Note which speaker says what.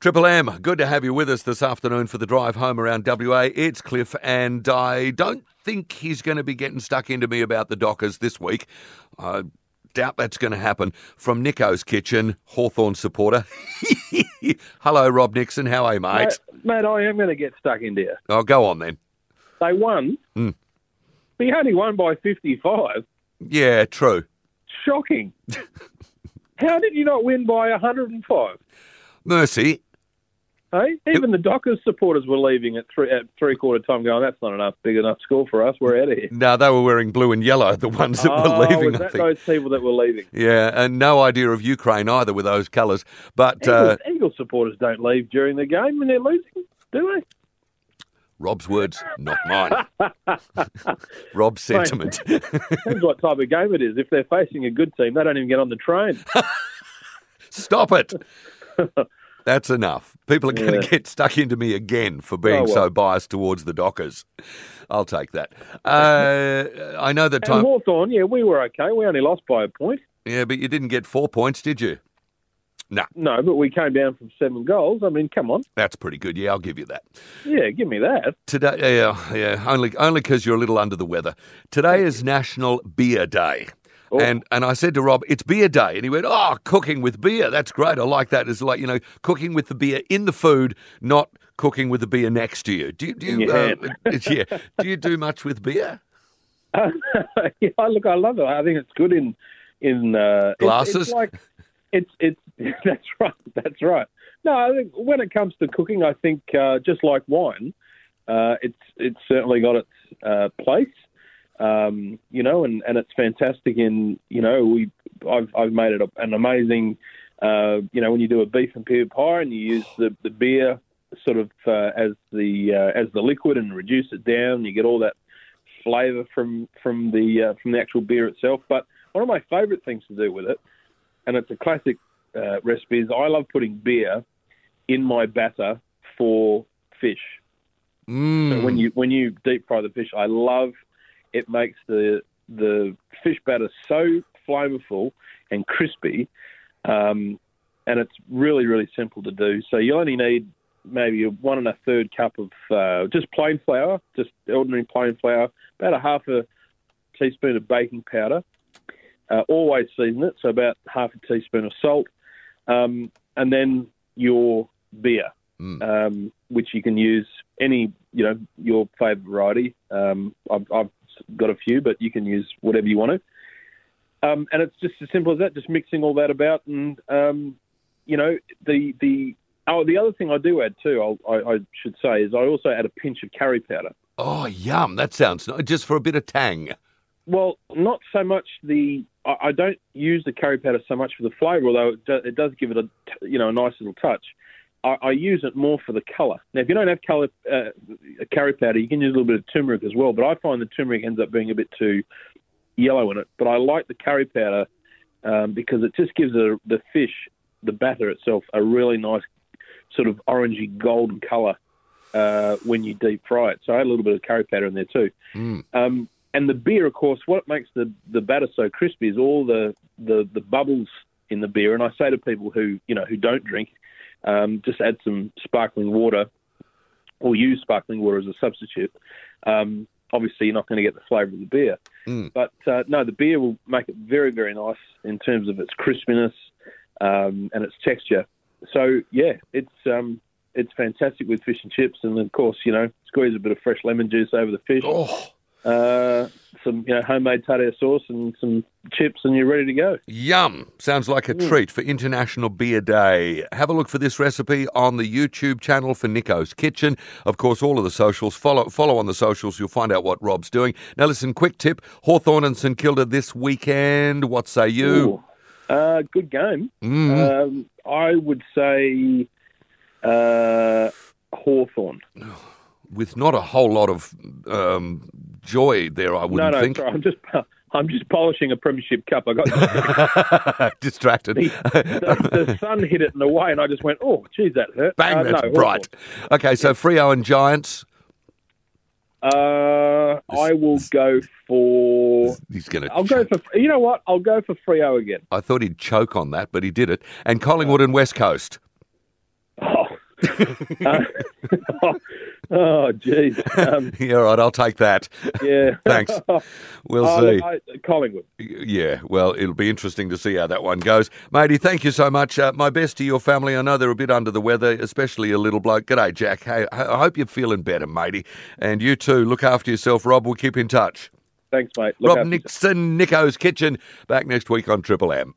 Speaker 1: Triple M, good to have you with us this afternoon for the drive home around WA. It's Cliff, and I don't think he's going to be getting stuck into me about the Dockers this week. I doubt that's going to happen. From Nico's Kitchen, Hawthorn supporter. Hello, Rob Nixon. How are you, mate?
Speaker 2: Mate, I am going to get stuck into you.
Speaker 1: Oh, go on then.
Speaker 2: They won.
Speaker 1: Mm.
Speaker 2: They only won by 55.
Speaker 1: Yeah, true.
Speaker 2: Shocking. How did you not win by 105?
Speaker 1: Mercy.
Speaker 2: Hey, even the Dockers supporters were leaving at three at three quarter time, going, "That's not enough, big enough score for us. We're out of here."
Speaker 1: No, they were wearing blue and yellow, the ones that
Speaker 2: oh,
Speaker 1: were leaving,
Speaker 2: was
Speaker 1: I
Speaker 2: that
Speaker 1: think.
Speaker 2: those people that were leaving?
Speaker 1: Yeah, and no idea of Ukraine either with those colours. But uh,
Speaker 2: Eagles, Eagles supporters don't leave during the game when they're losing, do
Speaker 1: Rob's words, not mine. Rob's sentiment.
Speaker 2: they? Depends what type of game it is. If they're facing a good team, they don't even get on the train.
Speaker 1: Stop it. That's enough. People are going to
Speaker 2: Yeah.
Speaker 1: get stuck into me again for being
Speaker 2: Oh, well.
Speaker 1: so biased towards the Dockers. I'll take that. Uh, I know that
Speaker 2: And
Speaker 1: time.
Speaker 2: Hawthorn, yeah, we were okay. We only lost by a point.
Speaker 1: Yeah, but you didn't get four points, did you? No,
Speaker 2: No, but we came down from seven goals. I mean, come on.
Speaker 1: that's pretty good. Yeah, I'll give you that.
Speaker 2: Yeah, give me that.
Speaker 1: Today, yeah, yeah, only only because you're a little under the weather. Today is National Beer Day,
Speaker 2: Oh.
Speaker 1: and and I said to Rob, "It's Beer Day," and he went, "Oh, cooking with beer, that's great. I like that. It's like you know, cooking with the beer in the food, not cooking with the beer next to you. Do you do you,
Speaker 2: your
Speaker 1: uh,
Speaker 2: hand.
Speaker 1: it's- yeah? Do you do much with beer?
Speaker 2: yeah, I- look, I love it. I think it's good in in uh, it's-
Speaker 1: Glasses?
Speaker 2: It's, like it's it's that's right. That's right. No, I think when it comes to cooking, I think uh, just like wine, uh, it's it's certainly got its uh, place. Um, you know, and, and it's fantastic. In you know, we I've I've made it a, an amazing. Uh, you know, when you do a beef and pear pie and you use the, the beer sort of uh, as the uh, as the liquid and reduce it down, you get all that flavour from from the uh, from the actual beer itself. But one of my favourite things to do with it, and it's a classic uh, recipe, is I love putting beer in my batter for fish. So
Speaker 1: Mm.
Speaker 2: when you when you deep fry the fish, I love it makes the the fish batter so flavourful and crispy, um, and it's really really simple to do. So you only need maybe one and a third cup of uh, just plain flour, just ordinary plain flour, about a half a teaspoon of baking powder. Uh, always season it, so about half a teaspoon of salt, um, and then your beer,
Speaker 1: Mm.
Speaker 2: um, which you can use any you know your favourite variety. Um, I've, I've got a few, but you can use whatever you want to. Um, and it's just as simple as that. Just mixing all that about, and um, you know the the oh the other thing I do add too, I'll, I, I should say, is I also add a pinch of curry powder.
Speaker 1: oh, yum! That sounds nice. just for a bit of tang.
Speaker 2: Well, not so much the. I, I don't use the curry powder so much for the flavour, although it, do, it does give it a t- you know a nice little touch. I, I use it more for the colour. Now, if you don't have colour uh, curry powder, you can use a little bit of turmeric as well. But I find the turmeric ends up being a bit too yellow in it. But I like the curry powder um, because it just gives the, the fish, the batter itself, a really nice sort of orangey golden colour uh, when you deep fry it. So I add a little bit of curry powder in there too.
Speaker 1: Mm.
Speaker 2: Um, and the beer, of course, what makes the, the batter so crispy is all the, the, the bubbles in the beer. And I say to people who you know who don't drink, um, just add some sparkling water, or use sparkling water as a substitute. Um, obviously, you're not going to get the flavour of the beer,
Speaker 1: Mm.
Speaker 2: but uh, no, the beer will make it very very nice in terms of its crispiness um, and its texture. So yeah, it's um, it's fantastic with fish and chips, and of course, you know, squeeze a bit of fresh lemon juice over the fish
Speaker 1: Oh,
Speaker 2: uh, some you know homemade tartar sauce and some chips, and you're ready to go.
Speaker 1: Yum! Sounds like
Speaker 2: Mm.
Speaker 1: a treat for International Beer Day. Have a look for this recipe on the YouTube channel for Nico's Kitchen. Of course, all of the socials. Follow follow on the socials. You'll find out what Rob's doing. Now, listen. Quick tip: Hawthorn and St Kilda this weekend. What say you?
Speaker 2: Ooh. Uh, good game.
Speaker 1: Mm.
Speaker 2: Um, I would say uh, Hawthorne.
Speaker 1: With not a whole lot of um, joy there, I
Speaker 2: No,
Speaker 1: wouldn't
Speaker 2: no,
Speaker 1: think.
Speaker 2: sorry, I'm just I'm just polishing a Premiership Cup. I got
Speaker 1: Distracted.
Speaker 2: the, uh, the, the sun hit it in the way, and I just went, oh, geez, that hurt.
Speaker 1: Bang!
Speaker 2: Uh,
Speaker 1: that's
Speaker 2: no,
Speaker 1: bright. Okay, so Frio and Giants.
Speaker 2: Hawthorn. Uh, I will go for.
Speaker 1: He's going to.
Speaker 2: I'll go for. You know what? I'll go for Frio again.
Speaker 1: I thought he'd choke on that, but he did it. And Collingwood and West Coast.
Speaker 2: Oh, Uh, oh, jeez. Um,
Speaker 1: yeah, all right, I'll take that.
Speaker 2: yeah.
Speaker 1: Thanks. We'll
Speaker 2: Oh,
Speaker 1: see.
Speaker 2: look, I- Collingwood.
Speaker 1: Yeah, well, it'll be interesting to see how that one goes. Matey, thank you so much. Uh, my best to your family. I know they're a bit under the weather, especially a little bloke. G'day, Jack. Hey, I I hope you're feeling better, matey. And you too. Look after yourself, Rob. We'll keep in touch.
Speaker 2: Thanks, mate. Look
Speaker 1: Rob
Speaker 2: after yourself.
Speaker 1: Nixon, Nico's Kitchen, back next week on Triple M.